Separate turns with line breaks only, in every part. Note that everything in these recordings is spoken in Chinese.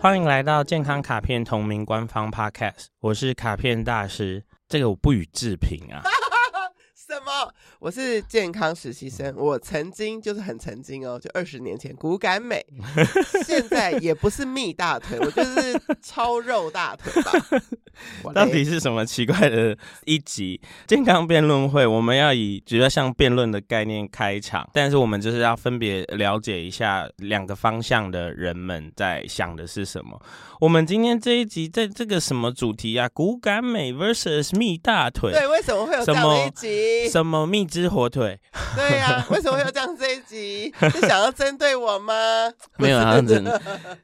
欢迎来到健康卡片同名官方 Podcast，我是卡片大师。这个我不予置评啊。
什么？我是健康实习生，我曾经就是很曾经哦，就二十年前骨感 美，现在也不是蜜大腿，我就是超肉大腿吧。我嘞
到底是什么奇怪的一集健康辩论会？我们要以比较像辩论的概念开场，但是我们就是要分别了解一下两个方向的人们在想的是什么。我们今天这一集在这个什么主题啊？骨感美 versus 蜜大腿，
对？为什么会有这样的一集？
什么蜜汁火腿？
对呀、为什么会有这样这一集？是想要针对我吗？
没有啊，真的，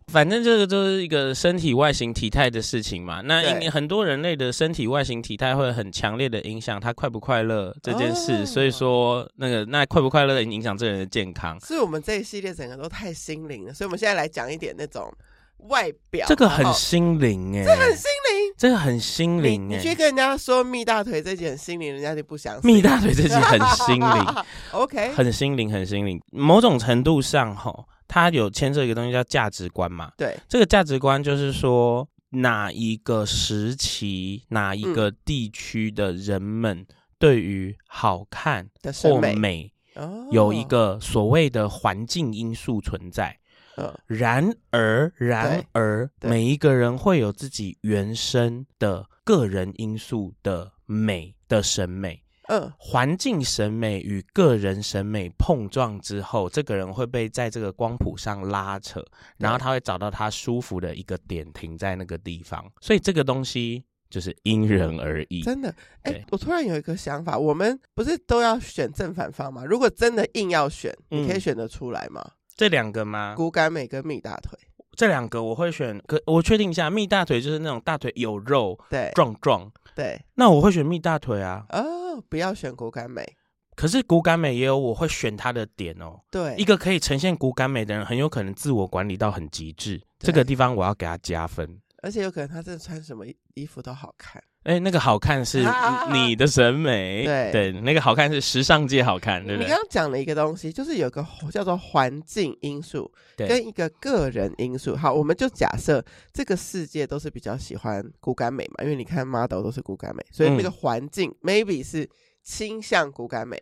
反正这个就是一个身体外形体态的事情嘛。那
对
因很多人类的身体外形体态会很强烈的影响他快不快乐这件事，
哦
所以说那个那快不快乐影响这个人的健康，
是我们这一系列整个都太心灵了，所以我们现在来讲一点那种外表，
这个很
然后
心灵哎、
很心灵。
这个很心
你
灵
你
哎、
去跟人家说蜜大腿这件心灵，人家就不相信。
蜜大腿这集很心 灵，
，OK，
很心灵，很心灵。某种程度上吼，它有牵涉一个东西叫价值观嘛。
对，
这个价值观就是说，哪一个时期、哪一
嗯
个地区的人们对于好看
的审
或
美
美
哦
有一，个所谓的环境因素存在。
嗯
然而，然而，
对
每一个人会有自己原生的个人因素的美的审美。
嗯，
环境审美与个人审美碰撞之后，这个人会被在这个光谱上拉扯，然后他会找到他舒服的一个点，停在那个地方。所以这个东西就是因人而异。
真的，哎、
对
我突然有一个想法，我们不是都要选正反方吗？如果真的硬要选，你可以
嗯
选得出来吗？
这两个吗？
骨感美跟蜜大腿，
这两个我会选，可我确定一下，蜜大腿就是那种大腿有肉
对
壮壮，
对，
那我会选蜜大腿啊。
哦，不要选骨感美，
可是骨感美也有我会选它的点哦。
对，
一个可以呈现骨感美的人，很有可能自我管理到很极致，
对
这个地方我要给他加分。
而且有可能他真的穿什么衣衣服都好看，
哎、那个好看是你的审美，
啊对
那个好看是时尚界好看，对不
你
对
刚？刚讲了一个东西，就是有个叫做环境因素
对
跟一个个人因素。好，我们就假设这个世界都是比较喜欢骨感美嘛，因为你看 model 都是骨感美，所以那个
嗯
环境、maybe 是倾向骨感美。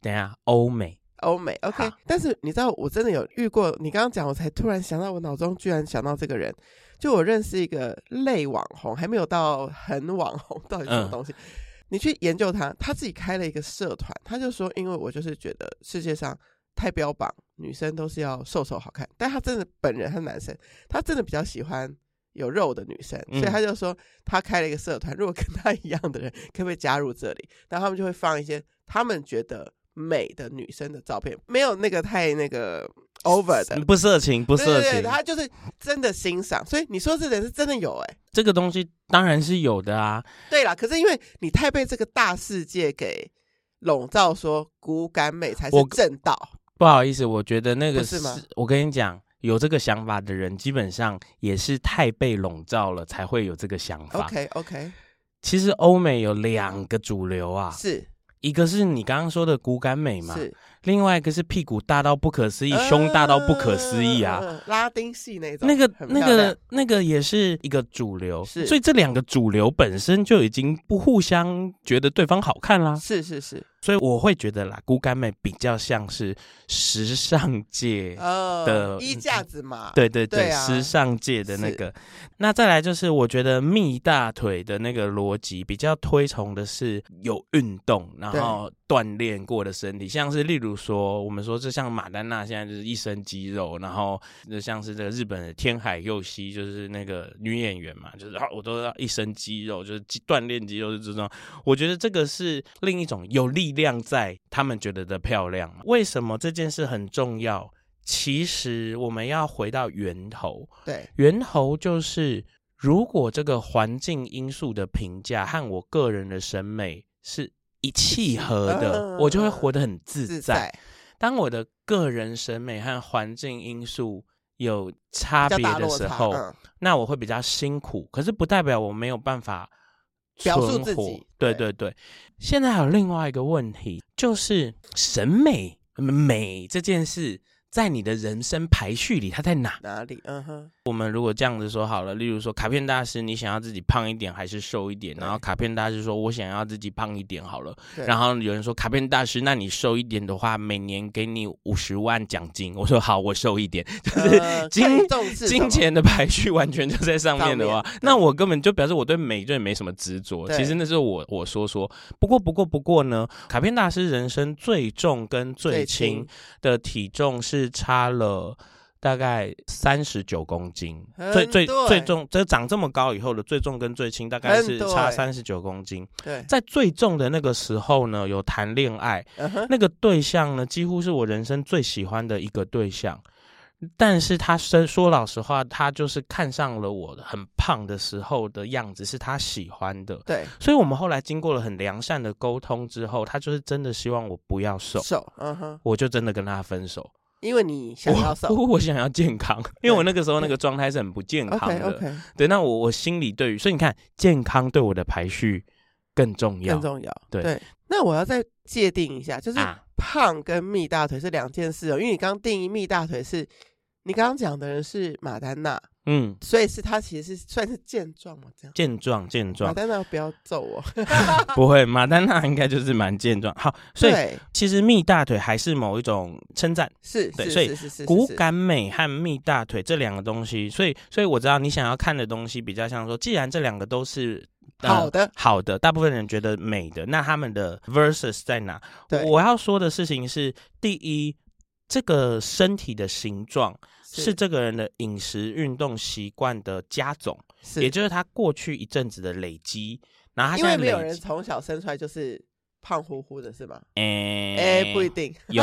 等一下，欧美，
欧美，OK，
好
但是你知道，我真的有遇过，你刚刚讲，我才突然想到，我脑中居然想到这个人，就我认识一个类网红，还没有到很网红，到底什么
嗯
东西？你去研究他，他自己开了一个社团，他就说，因为我就是觉得世界上太标榜女生都是要瘦瘦好看，但他真的本人他男生，他真的比较喜欢。有肉的女生，所以
嗯
他就说他开了一个社团，如果跟他一样的人可不可以加入这里？然后他们就会放一些他们觉得美的女生的照片，没有那个太 那个 over 的，
不色情，不
不
色
对
情，
对对，他就是真的欣赏。所以你说这人是真的有哎、
这个东西当然是有的啊。
对啦，可是因为你太被这个大世界给笼罩说，骨感美才是
我
正道。
不好意思，我觉得那个
不是吗
我跟你讲，有这个想法的人，基本上也是太被笼罩了，才会有这个想法。
OK OK，
其实欧美有两个主流啊，
是
一个是你刚刚说的骨感美嘛，
是，
另外一个是屁股大到不可思议，胸大到不可思议啊。
嗯，嗯嗯拉丁系那种，
那个、
很漂
那
亮
个、那个也是一个主流，
是
所以这两个主流本身就已经不互相觉得对方好看啦，
是是是，
所以我会觉得啦，骨感美比较像是时尚界，
呃
的，
衣架子嘛，
对对对，
对啊
时尚界的那个。那再来就是，我觉得蜜大腿的那个逻辑比较推崇的是有运动，然后锻炼过的身体，像是例如说，我们说这像马丹娜现在就是一身肌肉，然后就像是这个日本的天海佑希，就是那个女演员嘛，就是啊，我都要一身肌肉，就是肌锻炼肌肉，就是这种。我觉得这个是另一种有力量在他们觉得的漂亮。为什么这件事很重要？其实我们要回到源头，
对
源头就是如果这个环境因素的评价和我个人的审美是一契合
嗯
的，我就会活得很自在。
自在，
当我的个人审美和环境因素有差
比
别
较大
的
落
时
差，
候，
嗯
那我会比较辛苦，可是不代表我没有办法
表述
存
自己
活对对
对
对，现在还有另外一个问题，就是审美美这件事，在你的人生排序里，它在哪？
哪里？嗯哼，
我们如果这样子说好了，例如说卡片大师，你想要自己胖一点还是瘦一点？
对
然后卡片大师说，我想要自己胖一点好了。
对
然后有人说，卡片大师，那你瘦一点的话，每年给你五十万奖金。我说好，我瘦一点。就是
呃
金
看重是什
金
么
钱的排序完全就在上面的
上
话
面对，
那我根本就表示我对美队没什么执着。
对
其实那是我我说说，不过不过不过呢，卡片大师人生最重跟最
最
轻
轻
的体重是差了。大概三十九公斤，
很
最最
多欸
最重，这长这么高以后的最重跟最轻大概是
很多
差
欸
三十九公斤。
对，
在最重的那个时候呢，有谈恋爱，
嗯哼，
那个对象呢，几乎是我人生最喜欢的一个对象，但是他说说老实话，他就是看上了我很胖的时候的样子，是他喜欢的。
对，
所以我们后来经过了很良善的沟通之后，他就是真的希望我不要瘦，
瘦，嗯哼，
我就真的跟他分手。
因为你想 要
我
瘦
我我想要健康，因为我那个时候那个状态是很不健康
，OK
的。
OK，
对，那我我心里对于，所以你看，健康对我的排序更重要。
更重要。
对
那我要再界定一下，就是
啊
胖跟蜜大腿是两件事哦，因为你刚定义蜜大腿是，你刚刚讲的人是马丹娜，
嗯，
所以是她其实是算是健壮嘛，这样。
健壮健壮
马。丹娜不要揍我，
不会，马丹娜应该就是蛮健壮。好，所以
对，
其实蜜大腿还是某一种称赞，
是
对
是
所以
是是是
骨
是
感美和蜜大腿这两个东西。所以，所以我知道你想要看的东西比较像说，既然这两个都是。呃
好的
好的，大部分人觉得美的，那他们的 versus 在哪？
对
我要说的事情是，第一，这个身体的形状是这个人的饮食、运动习惯的加总，
是，
也就是他过去一阵子的累积，然后他
因
现在
为没有
累
人
积，
从小生出来就是胖乎乎的，是吗？
哎
哎、不一定，
有，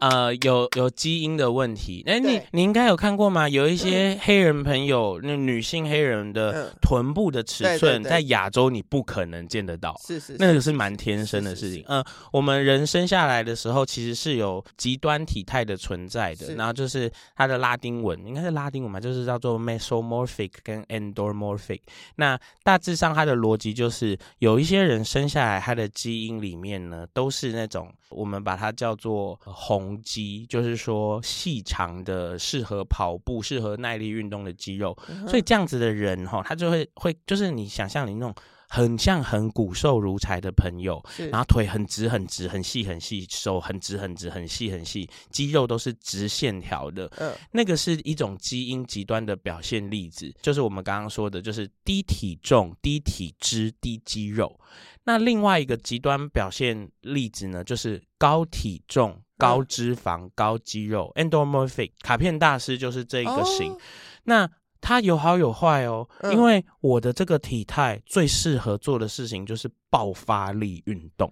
呃，有有基因的问题。那你
对
你应该有看过吗？有一些黑人朋友，那女性黑人的
嗯
臀部的尺
对对
寸，
对
在亚洲你不可能见得到。
是是
那
是，
个是蛮天生的
是是
事情
是，
嗯、我们人生下来的时候其实是有极端体态的存在的，
是
然后就是它的拉丁文应该是拉丁文嘛，就是叫做 mesomorphic 跟 endomorphic。那大致上它的逻辑就是，有一些人生下来他的基因里面呢都是那种我们把它叫做红肌，就是说细长的适合跑步、适合耐力运动的肌肉，
嗯
所以这样子的人哈、他就会会就是你想象你那种很像很骨瘦如柴的朋友，
嗯是
然后腿很直很直很细很细，手很直很直很细很细，肌肉都是直线条的。
嗯，
那个是一种基因极端的表现例子，就是我们刚刚说的，就是低体重、低体脂、低肌肉。那另外一个极端表现例子呢，就是高体重、高脂肪、高肌肉 （endomorphic）。卡片大师就是这一个型。
哦
那它有好有坏哦，
嗯
因为我的这个体态最适合做的事情就是爆发力运动，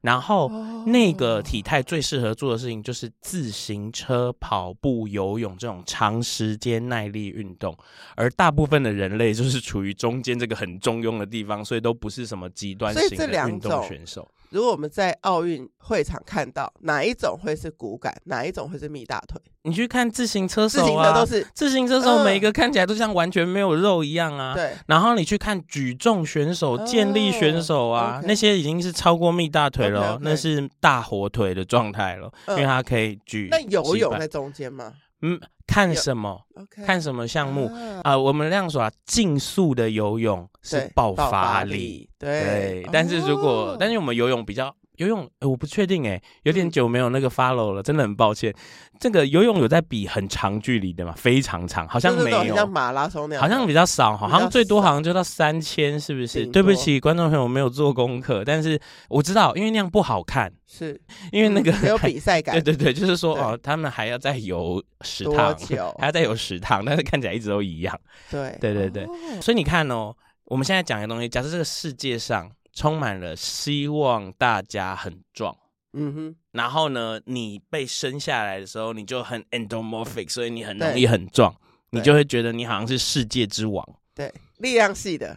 然后
哦
那个体态最适合做的事情就是自行车、跑步、游泳这种长时间耐力运动，而大部分的人类就是处于中间这个很中庸的地方，所以都不是什么极端
所以
型
这
的
两
运动
种
选手。
如果我们在奥运会场看到哪一种会是骨感，哪一种会是蜜大腿，
你去看自行车
自行
手
车
啊
都，是、
自行车手
嗯
每一个看起来都像完全没有肉一样啊。
对，
然后你去看举重选手、
哦
健力选手啊，
OK
那些已经是超过蜜大腿了哦
OK，OK
那是大火腿的状态了，因
嗯
为他可以举。
那游泳
击
在
败
中间吗
嗯，看什么？
？OK，
看什么项目
啊
啊？我们那样说啊，竞速的游泳是
对
爆
爆
发力，
力，对
对。但是如果
哦，
但是我们游泳比较。游泳，呃我不确定哎，有点
嗯
久没有那个 follow 了，真的很抱歉。这个游泳有在比很长距离的嘛？非常长，好
就
像
是
没
那种
有
很。像马拉松那样
好
的，
像比较少哈，
比
好
较
像最多
少
好像就到三千，是不是？
顶
对不
多
起，观众朋友，我没有做功课，但是我知道，因为那样不好看，
是
因为那个、
嗯 没有比赛感
对，对对，就是说
对
哦，他们还要再游食
多
堂，
久？
还要再游食堂，但是看起来一直都一 样。
对
对对对
哦
所以你看哦，我们现在讲的东西，假设这个世界上充满了希望大家很壮。
嗯哼，
然后呢，你被生下来的时候，你就很 endomorphic，所以你很容
对
易很壮，你
对
就会觉得你好像是世界之王。
对，力量系的，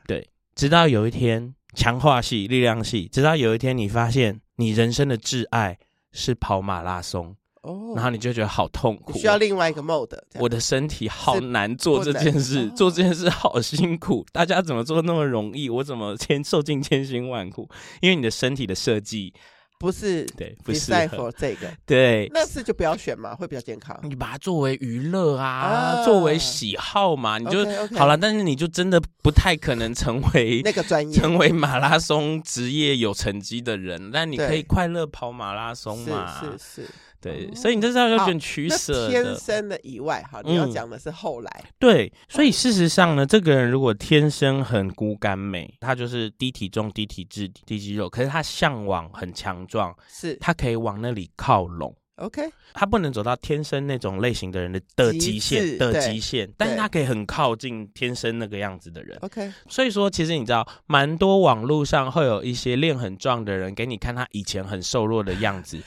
直到有一天，强化系、力量系，直到有一天你发现你人生的挚爱是跑马拉松，
哦，
然后你就觉得好痛苦
你
哦。
需要另外一个 mode，这样
我的身体好难做这
是不能
件事
哦，
做这件事好辛苦。大家怎么做那么容易？我怎么千受尽千辛万苦？因为你的身体的设计
不是
对，不适
design
合，
for 这个，
对，
那是就不要选嘛，会比较健康。
你把它作为娱乐啊，
啊
作为喜好嘛，你就
OK，OK
好了。但是你就真的不太可能成为
那个专 业
成为马拉松职业有成绩的人，但你可以
对
快乐跑马拉松嘛？
是是是，
对，
哦
所以你这是要有点取
那
舍
天
的。
生的以外哈，你要
嗯
讲的是后来，
对，所以事实上呢，这个人如果天生很孤干美，他就是低体重、低体脂、低肌肉，可是他向往很强壮，
是
他可以往那里靠拢。
OK，
他不能走到天生那种类型的人的的
极
极限
致
的
对
极限，但是他可以很靠近天生那个样子的人。
OK，
所以说，其实你知道，蛮多网络上会有一些练很壮的人给你看他以前很瘦弱的样 子，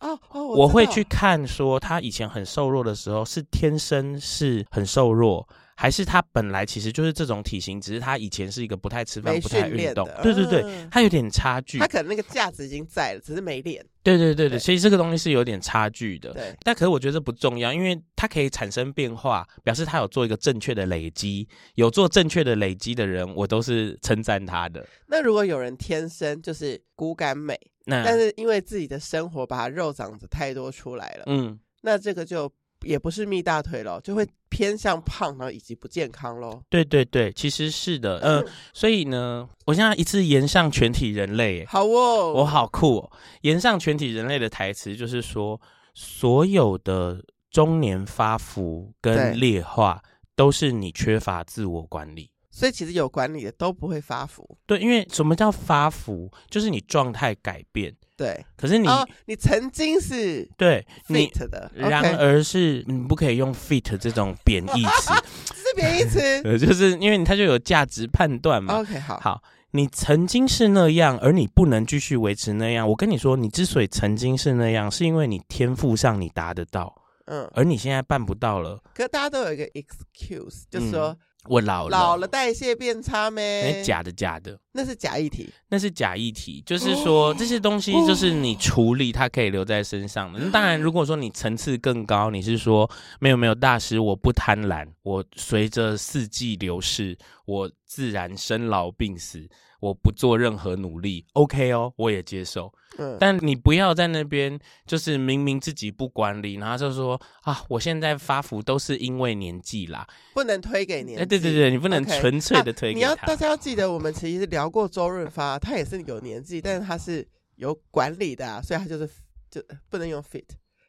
哦哦，
我
知
会
道
去看说他以前很瘦弱的时候是天生是很瘦弱。还是他本来其实就是这种体型，只是他以前是一个不太吃饭、
没
不太
训
运
练
动
的，，
对对对，
嗯
他有点差距
他，可能那个价值已经在了，只是没练。
对对对对，
对
所以这个东西是有点差距的。
对，
但可是我觉得这不重要，因为它可以产生变化，表示他有做一个正确的累积。有做正确的累积的人，我都是称赞他的。
那如果有人天生就是骨感美，
那
但是因为自己的生活把他肉长得太多出来了，
嗯，
那这个就也不是蜜大腿咯，就会偏向胖然后以及不健康咯。
对对对，其实是的，
嗯
呃，所以呢，我现在一次延上全体人类，欸
好哦，
我好酷哦！延上全体人类的台词就是说，所有的中年发福
对
跟劣化，都是你缺乏自我管理。
所以其实有管理的都不会发福。
对，因为什么叫发福？就是你状态改变，
对，
可是你、
哦，你曾经是
对你
fit 的，
然
OK，
而是你不可以用 fit 这种贬义词，
这是 贬义词。
呃，就是因为它就有价值判断嘛。
OK，好，
嗯好，你曾经是那样，而你不能继续维持那样。我跟你说，你之所以曾经是那样，是因为你天赋上你达得到，
嗯，
而你现在办不到了。
可是大家都有一个 excuse，就是说
嗯我老了，
老了代谢变差
那
咩？
假的假的。
那是假议题。
那是假议题，就是说
哦
这些东西就是你处理，它可以留在身上
哦
的。那当然，如果说你层次更高，你是说没有没有大师，我不贪婪，我随着四季流逝，我自然生老病死，我不做任何努力，OK 哦，我也接受。
嗯，
但你不要在那边就是明明自己不管理，然后就说啊，我现在发福都是因为年纪啦。
不能推给年纪。
哎，对对对，你不能
OK 啊
纯粹的推给
你要
他。
大家要记得，我们其实聊过周润发，他也是有年纪，但是他是有管理的、啊，所以他就是就不能用 fit，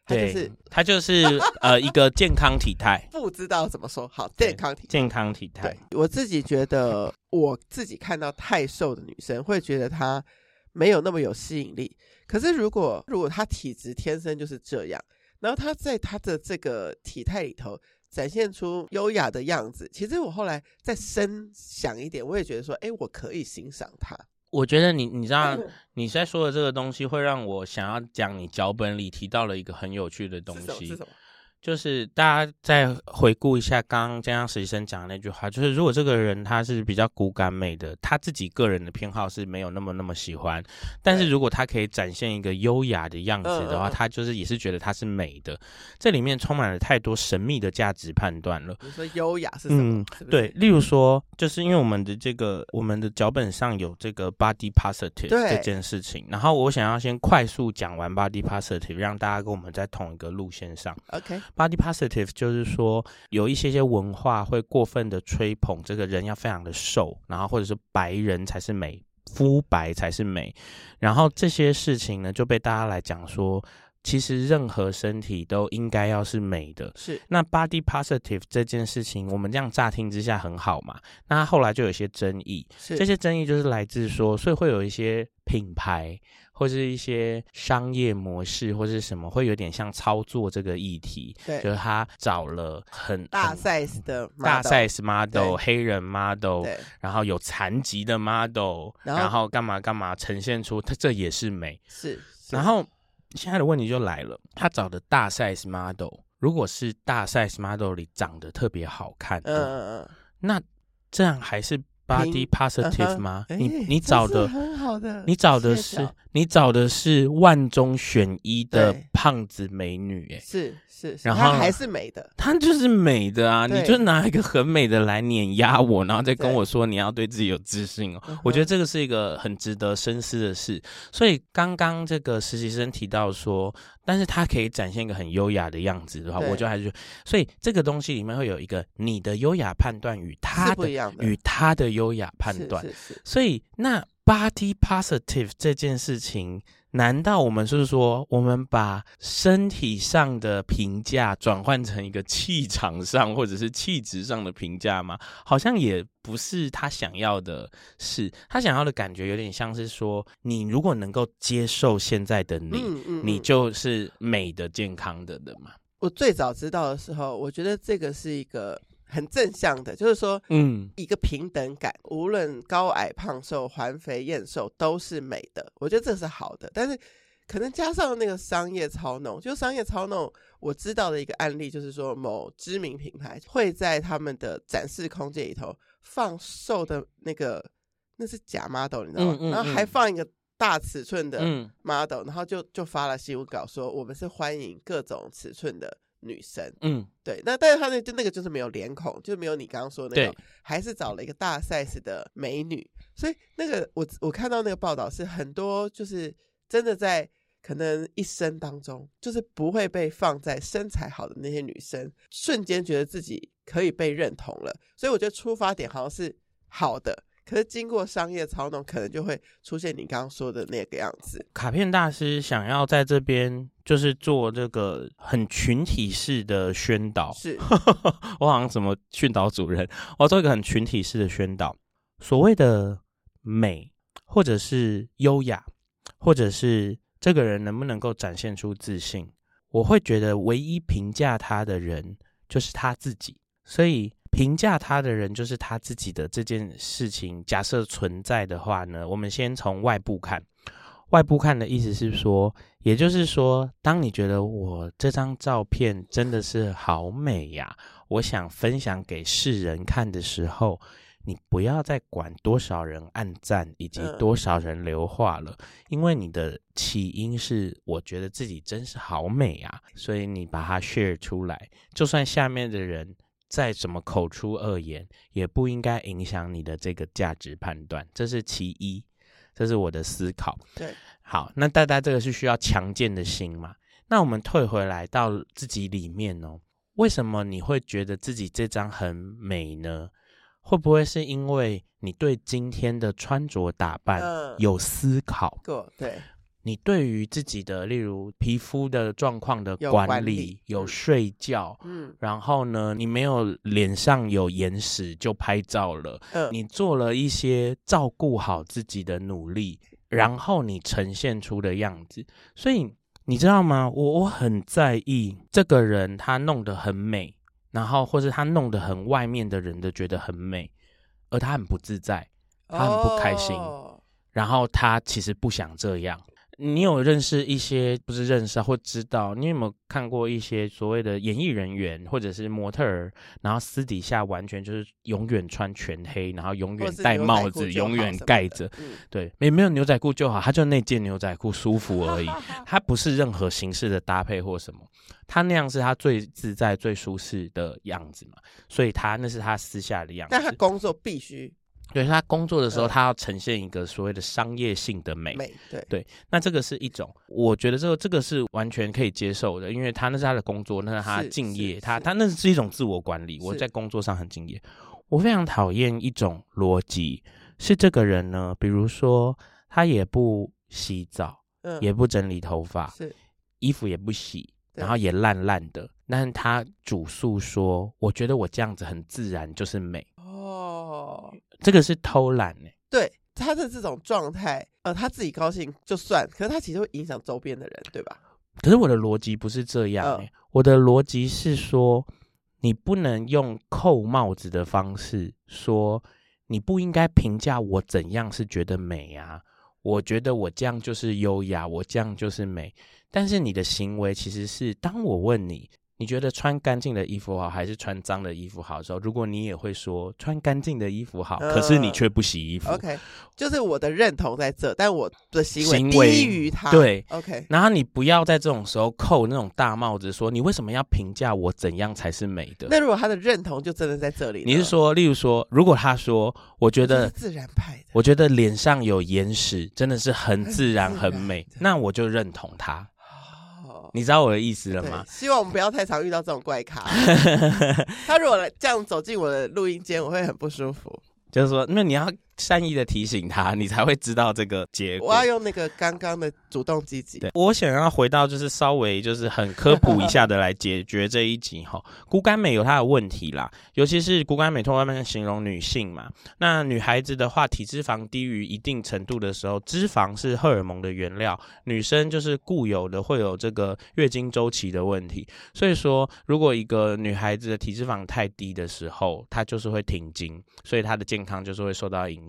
他就
对，
是
他就是呃一个健康体态。
不知道怎么说好
对
健康体。
健康体态
对。我自己觉得，我自己看到太瘦的女生，会觉得她没有那么有吸引力。可是如果如果她体质天生就是这样，然后她在她的这个体态里头展现出优雅的样子，其实我后来再深想一点，我也觉得说，哎，我可以欣赏她。
我觉得你你知道
嗯
你在说的这个东西，会让我想要讲你脚本里提到了一个很有趣的东
是什么？是
西，
什么？
就是大家再回顾一下刚刚江江实习生讲的那句话，就是如果这个人他是比较骨感美的，他自己个人的偏好是没有那么那么喜欢，但是
对
如果他可以展现一个优雅的样子的话，
嗯嗯嗯
他就是也是觉得他是美的，这里面充满了太多神秘的价值判断了。
你说优雅是什么？
嗯
是不是
对，例如说，就是因为我们的这个我们的脚本上有这个 body positive
对
这件事情，然后我想要先快速讲完 body positive，让大家跟我们在同一个路线上。
，OK，
body positive 就是说有一些些文化会过分的吹捧这个人要非常的瘦，然后或者是白人才是美，肤白才是美，然后这些事情呢就被大家来讲说，其实任何身体都应该要是美的，
是
那 body positive 这件事情，我们这样乍听之下很好嘛，那它后来就有一些争议，
是
这些争议就是来自说，所以会有一些品牌或是一些商业模式或是什么，会有点像操作这个议题，就
对
是他找了很
大
很
size 的
嗯大
model
size model、
对
黑人 model，
对
然后有残疾的 model，
然后
然后干嘛干嘛呈现出它这也是美，
是，是
然后现在的问题就来了，他找的大 size model，如果是大 size model 里长得特别好看
嗯
的，
嗯嗯，
那这样还是 body positive
嗯哼
吗？
哎
你你找
这
的
是很好的，
你找的
谢谢
是
找
你找的是万中选一的
对
胖子美女、欸，
是是，是
然
它
后
还是美的，
她就是美的啊！
对
你就拿一个很美的来碾压我，然后再跟
对
我说你要对自己有自信哦。
嗯哼
我觉得这个是一个很值得深思的事。所以刚刚这个实习生提到说，但是他可以展现一个很优雅的样子的话，
对
我就还是觉得所以这个东西里面会有一个你的优雅判断与他
是不
的
一样的
与他的优雅判
是
断。
是是
所以那 body positive 这件事情，难道我们就是说，我们把身体上的评价转换成一个气场上或者是气质上的评价吗？好像也不是他想要的事。他想要的感觉有点像是说，你如果能够接受现在的你，
嗯嗯，
你
嗯
就是美的、健康的的嘛。
我最早知道的时候，我觉得这个是一个很正向的，就是说
嗯，
一个平等感，无论高矮胖瘦、环肥燕瘦都是美的，我觉得这是好的。但是可能加上那个商业操弄，就商业操弄，我知道的一个案例就是说，某知名品牌会在他们的展示空间里头放瘦的那个，那是假 model，你知道吗？
嗯嗯
然后还
嗯
放一个大尺寸的
嗯
model，、然后就就发了新闻稿说我们是欢迎各种尺寸的女生。
嗯，
对，那但是他那就那个就是没有脸孔，就没有你刚刚说那个
对，
还是找了一个大 size 的美女，所以那个我我看到那个报道是很多就是真的在可能一生当中，就是不会被放在身材好的那些女生，瞬间觉得自己可以被认同了，所以我觉得出发点好像是好的，可是经过商业操弄，可能就会出现你刚刚说的那个样子。
卡片大师想要在这边就是做这个很群体式的宣导，
是
我好像什么训导主任，我要做一个很群体式的宣导。所谓的美，或者是优雅，或者是这个人能不能够展现出自信，我会觉得唯一评价他的人就是他自己。所以评价他的人就是他自己的这件事情，假设存在的话呢，我们先从外部看。外部看的意思是说，也就是说，当你觉得我这张照片真的是好美呀、我想分享给世人看的时候，你不要再管多少人按赞以及
嗯
多少人留话了，因为你的起因是我觉得自己真是好美啊，所以你把它 share 出来，就算下面的人再怎么口出恶言，也不应该影响你的这个价值判断，这是其一。这是我的思考。
对，
好，那大家这个是需要强健的心嘛？那我们退回来到自己里面哦，为什么你会觉得自己这张很美呢？会不会是因为你对今天的穿着打扮
嗯，
有思考？
过对
你对于自己的，例如皮肤的状况的
有
管理，
管理
有
嗯
睡觉，
嗯
然后呢，你没有脸上有眼屎就拍照了，
嗯，
你做了一些照顾好自己的努力，然后你呈现出的样子，所以你知道吗？我我很在意这个人他弄得很美，然后或是他弄得很外面的人都觉得很美，而他很不自在，他很不开心
哦
然后他其实不想这样。你有认识一些不是认识啊或知道？你有没有看过一些所谓的演艺人员或者是模特儿，然后私底下完全就是永远穿全黑，然后永
或
远
是
戴
牛仔
帽
裤
子，
就
永
好
远
什么
盖
的
着，，
嗯
对，也没有牛仔裤就好，他就那件牛仔裤舒服而已，它不是任何形式的搭配或什么，他那样是他最自在、最舒适的样子嘛，所以他那是他私下的样
但他
子。
工作必须
对他工作的时候，
嗯
他要呈现一个所谓的商业性的美，
美，对
那这个是一种，我觉得这个这个是完全可以接受的，因为他那是他的工作，那是他
是
敬业，
是
他
是
他那是一种自我管理。我
是
在工作上很敬业，我非常讨厌一种逻辑，是这个人呢，比如说他也不洗澡，
嗯，
也不啊整理头发，
是
衣服也不洗，
对
然后也烂烂的，但是他主诉说，我觉得我这样子很自然，就是美，
哦，
这个是偷懒欸
对他的这种状态，呃，他自己高兴就算，可是他其实会影响周边的人，对吧？
可是我的逻辑不是这样、欸
嗯
我的逻辑是说，你不能用扣帽子的方式说，你不应该评价我怎样是觉得美啊，我觉得我这样就是优雅，我这样就是美。但是你的行为其实是，当我问你你觉得穿干净的衣服好，还是穿脏的衣服好的时候，如果你也会说穿干净的衣服好，
嗯
可是你却不洗衣服，
OK，就是我的认同在这，但我的行为
行为
低于他。
对。
，OK，
然后你不要在这种时候扣那种大帽子，说你为什么要评价我怎样才是美的？
那如果他的认同就真的在这里了，
你是说，例如说，如果他说，我觉
觉
得
自然派的？
我觉得脸上有眼屎，真的是很 自然
很自
很
然
美
对，
那我就认同他。
哦，
你知道我 的意思了
对
吗？
希望我们不要太常遇到这种怪 咖。他如果来这样走进我的录音间，我会很不舒服。
就是说，那你要善意的提醒他，你才会知道这个结
我
果
要。用那个刚刚的主动积极。
对，我想要回到就是稍微就是很科普一下的来解决这一集哈。 骨感美有它的问题啦，尤其是骨感美通常面形容女性嘛。那女孩子的话，体脂肪低于一定程度的时候，脂肪是荷尔蒙的原料，女生就是固有的会有这个月经周期的问题。所以说，如果一个女孩子的体脂肪太低的时候，她就是会停经，所以她的健康就是会受到影响。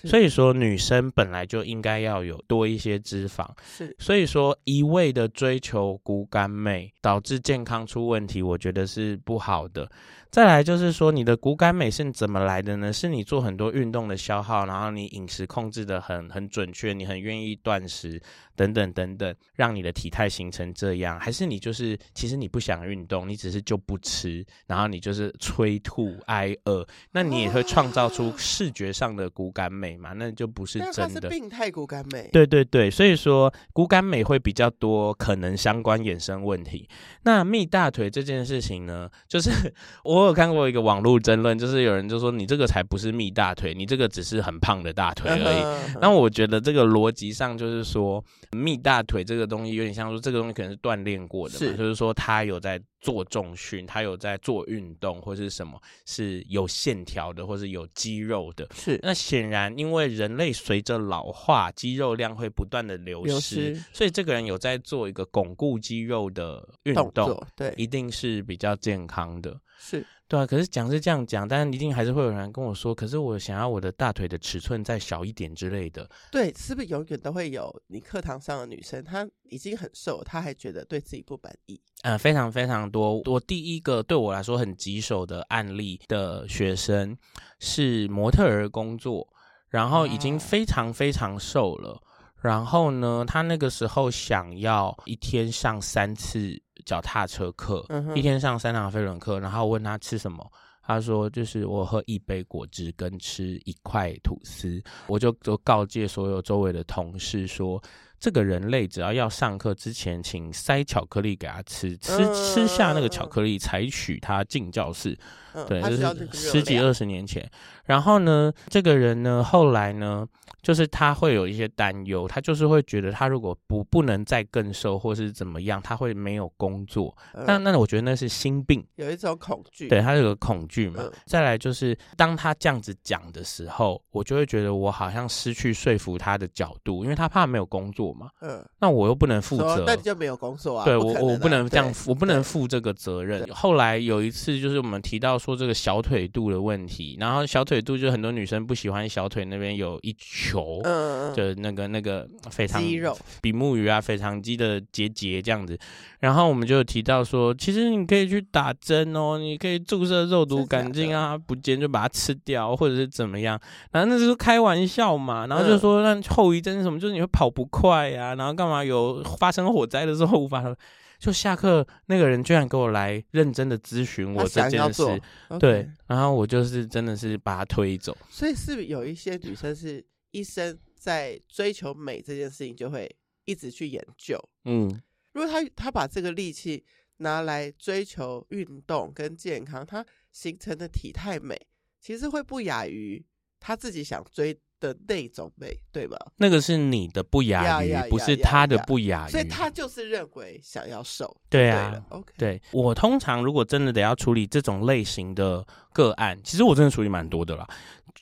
是
所以说，女生本来就应该要有多一些脂肪。
是
所以说，一味的追求骨感美，导致健康出问题，我觉得是不好的。再来就是说，你的骨感美是怎么来的呢？是你做很多运动的消耗，然后你饮食控制的很很准确，你很愿意断食，等等等等，让你的体态形成这样，还是你就是其实你不想运动，你只是就不吃，然后你就是催吐挨饿，那你也会创造出视觉上的骨感美嘛？那就不是
但是他
真
是
的。
病态骨感美。
对对对，所以说骨感美会比较多可能相关衍生问题。那蜜大腿这件事情呢，就是 我有看过一个网络争论，就是有人就说你这个才不是蜜大腿，你这个只是很胖的大腿
嗯哼，
而已。那我觉得这个逻辑上就是说，蜜大腿这个东西有点像说，这个东西可能是锻炼过的嘛，
是
就是说他有在做重训，他有在做运动或是什么是有线条的，或是有肌肉的。
是
那显然，因为人类随着老化，肌肉量会不断的流失，
流失
所以这个人有在做一个巩固肌肉的运
动
动，
作，对，
一定是比较健康的。
是
对啊，可是讲是这样讲，但一定还是会有人跟我说，可是我想要我的大腿的尺寸再小一点之类的。
对，是不是永远都会有你课堂上的女生，她已经很瘦，她还觉得对自己不满意？
呃，非常非常多。我第一个对我来说很棘手的案例的学生是模特儿工作，然后已经
哦
非常非常瘦了。然后呢，他那个时候想要一天上三次脚踏车课，
嗯哼
一天上三堂飞轮课。然后问他吃什么，他说就是我喝一杯果汁跟吃一块吐司。我就就告诫所有周围的同事说，这个人类只要要上课之前，请塞巧克力给他吃，吃
嗯
吃下那个巧克力，采取他进教室。
嗯，
对，
她
就
需要
是
这个热
十几
量
二十年前。然后呢，这个人呢，后来呢，就是他会有一些担忧，他就是会觉得他如果不不能再更瘦，或是怎么样，他会没有工作。
嗯
那那我觉得那是心病。
有一种恐惧，
对，他有个恐惧嘛。
嗯
再来就是，当他这样子讲的时候，我就会觉得我好像失去说服他的角度，因为他怕没有工作嘛。
嗯，
那我又不能负
说
责，
那你就没有工作啊？
对
不
我
可
我
能
不
啊
能这样
对，
我不能
对
负这个责任。
对
后来有一次就是我们提到说这个小腿肚的问题，然后小腿肚就很多女生不喜欢小腿那边有一球。
嗯嗯嗯，
的那个那个非常
肌肉
比目鱼啊、肥肠肌的结节这样子，然后我们就有提到说，其实你可以去打针哦，你可以注射肉毒
真假
杆菌啊，不见就把它吃掉，或者是怎么样。然后那就是开玩笑嘛，然后就
嗯
说那后遗症是什么，就是你会跑不快呀、然后干嘛有发生火灾的时候无法。就下课，那个人居然给我来认真的咨询我
她
这
想要
件事
做，，
对
OK，，
然后我就是真的是把他推走。
所以是不是有一些女生是一生在追求美这件事情，就会一直去研究。
嗯，
如果她她把这个力气拿来追求运动跟健康，她形成的体态美，其实会不亚于她自己想追的那种美，对吧？
那个是你的不雅
呀
于
呀，
不是
呀呀
他的
呀
不雅于。
所以她就是认为想要瘦。
对
对
啊
了，，OK，，
对我通常如果真的得要处理这种类型的个案，其实我真的处理蛮多的啦。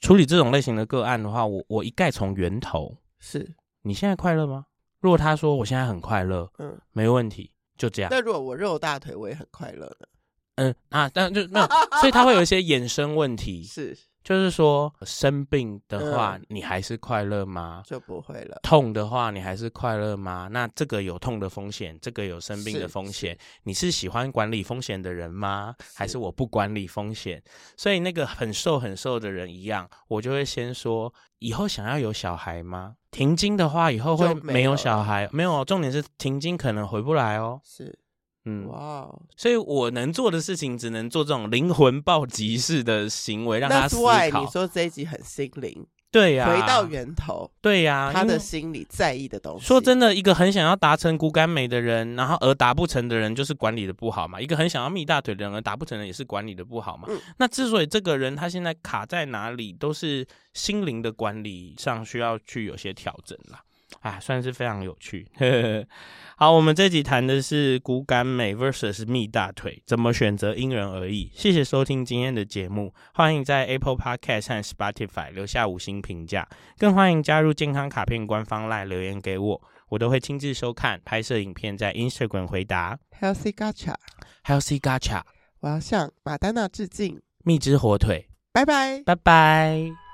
处理这种类型的个案的话，我我一概从源头。
是，
你现在快乐吗？如果他说我现在很快乐，
嗯。
没问题，就这样。
那如果我肉大腿，我也很快乐呢。
嗯啊，但就没有，所以他会有一些衍生问题，
是，
就是说生病的话，
嗯
你还是快乐吗？
就不会了。
痛的话，你还是快乐吗？那这个有痛的风险，这个有生病的风险。你是喜欢管理风险的人吗？还是我不管理风险？所以那个很瘦很瘦的人一样，我就会先说，以后想要有小孩吗？停经的话，以后会
就没
没有
了
小孩？没有，哦重点是停经可能回不来哦。
是
嗯，
哇哦
所以我能做的事情，只能做这种灵魂暴击式的行为，让他
，That's
思
why
考。
你说这一集很心灵，
对啊呀、
回到源头，
对呀、
他
因
的
为
心里在意的东西。
说真的，一个很想要达成骨感美的人，然后而达不成的人，就是管理的不好嘛。一个很想要蜜大腿的人，而达不成的人也是管理的不好嘛。
嗯
那之所以这个人他现在卡在哪里，都是心灵的管理上需要去有些调整啦。啊，算是非常有趣。 好，我们这集谈的是骨感美 versus 蜜大腿，怎么选择因人而异。谢谢收听今天的节目，欢迎在 Apple Podcast 和 Spotify 留下五星评价，更欢迎加入健康卡片官方 LINE 留言给我，我都会亲自收看拍摄影片，在 Instagram 回答。
Healthy Gacha，
还有 C Gacha
我要向马丹娜致敬，
蜜汁火腿，
拜拜。
拜拜。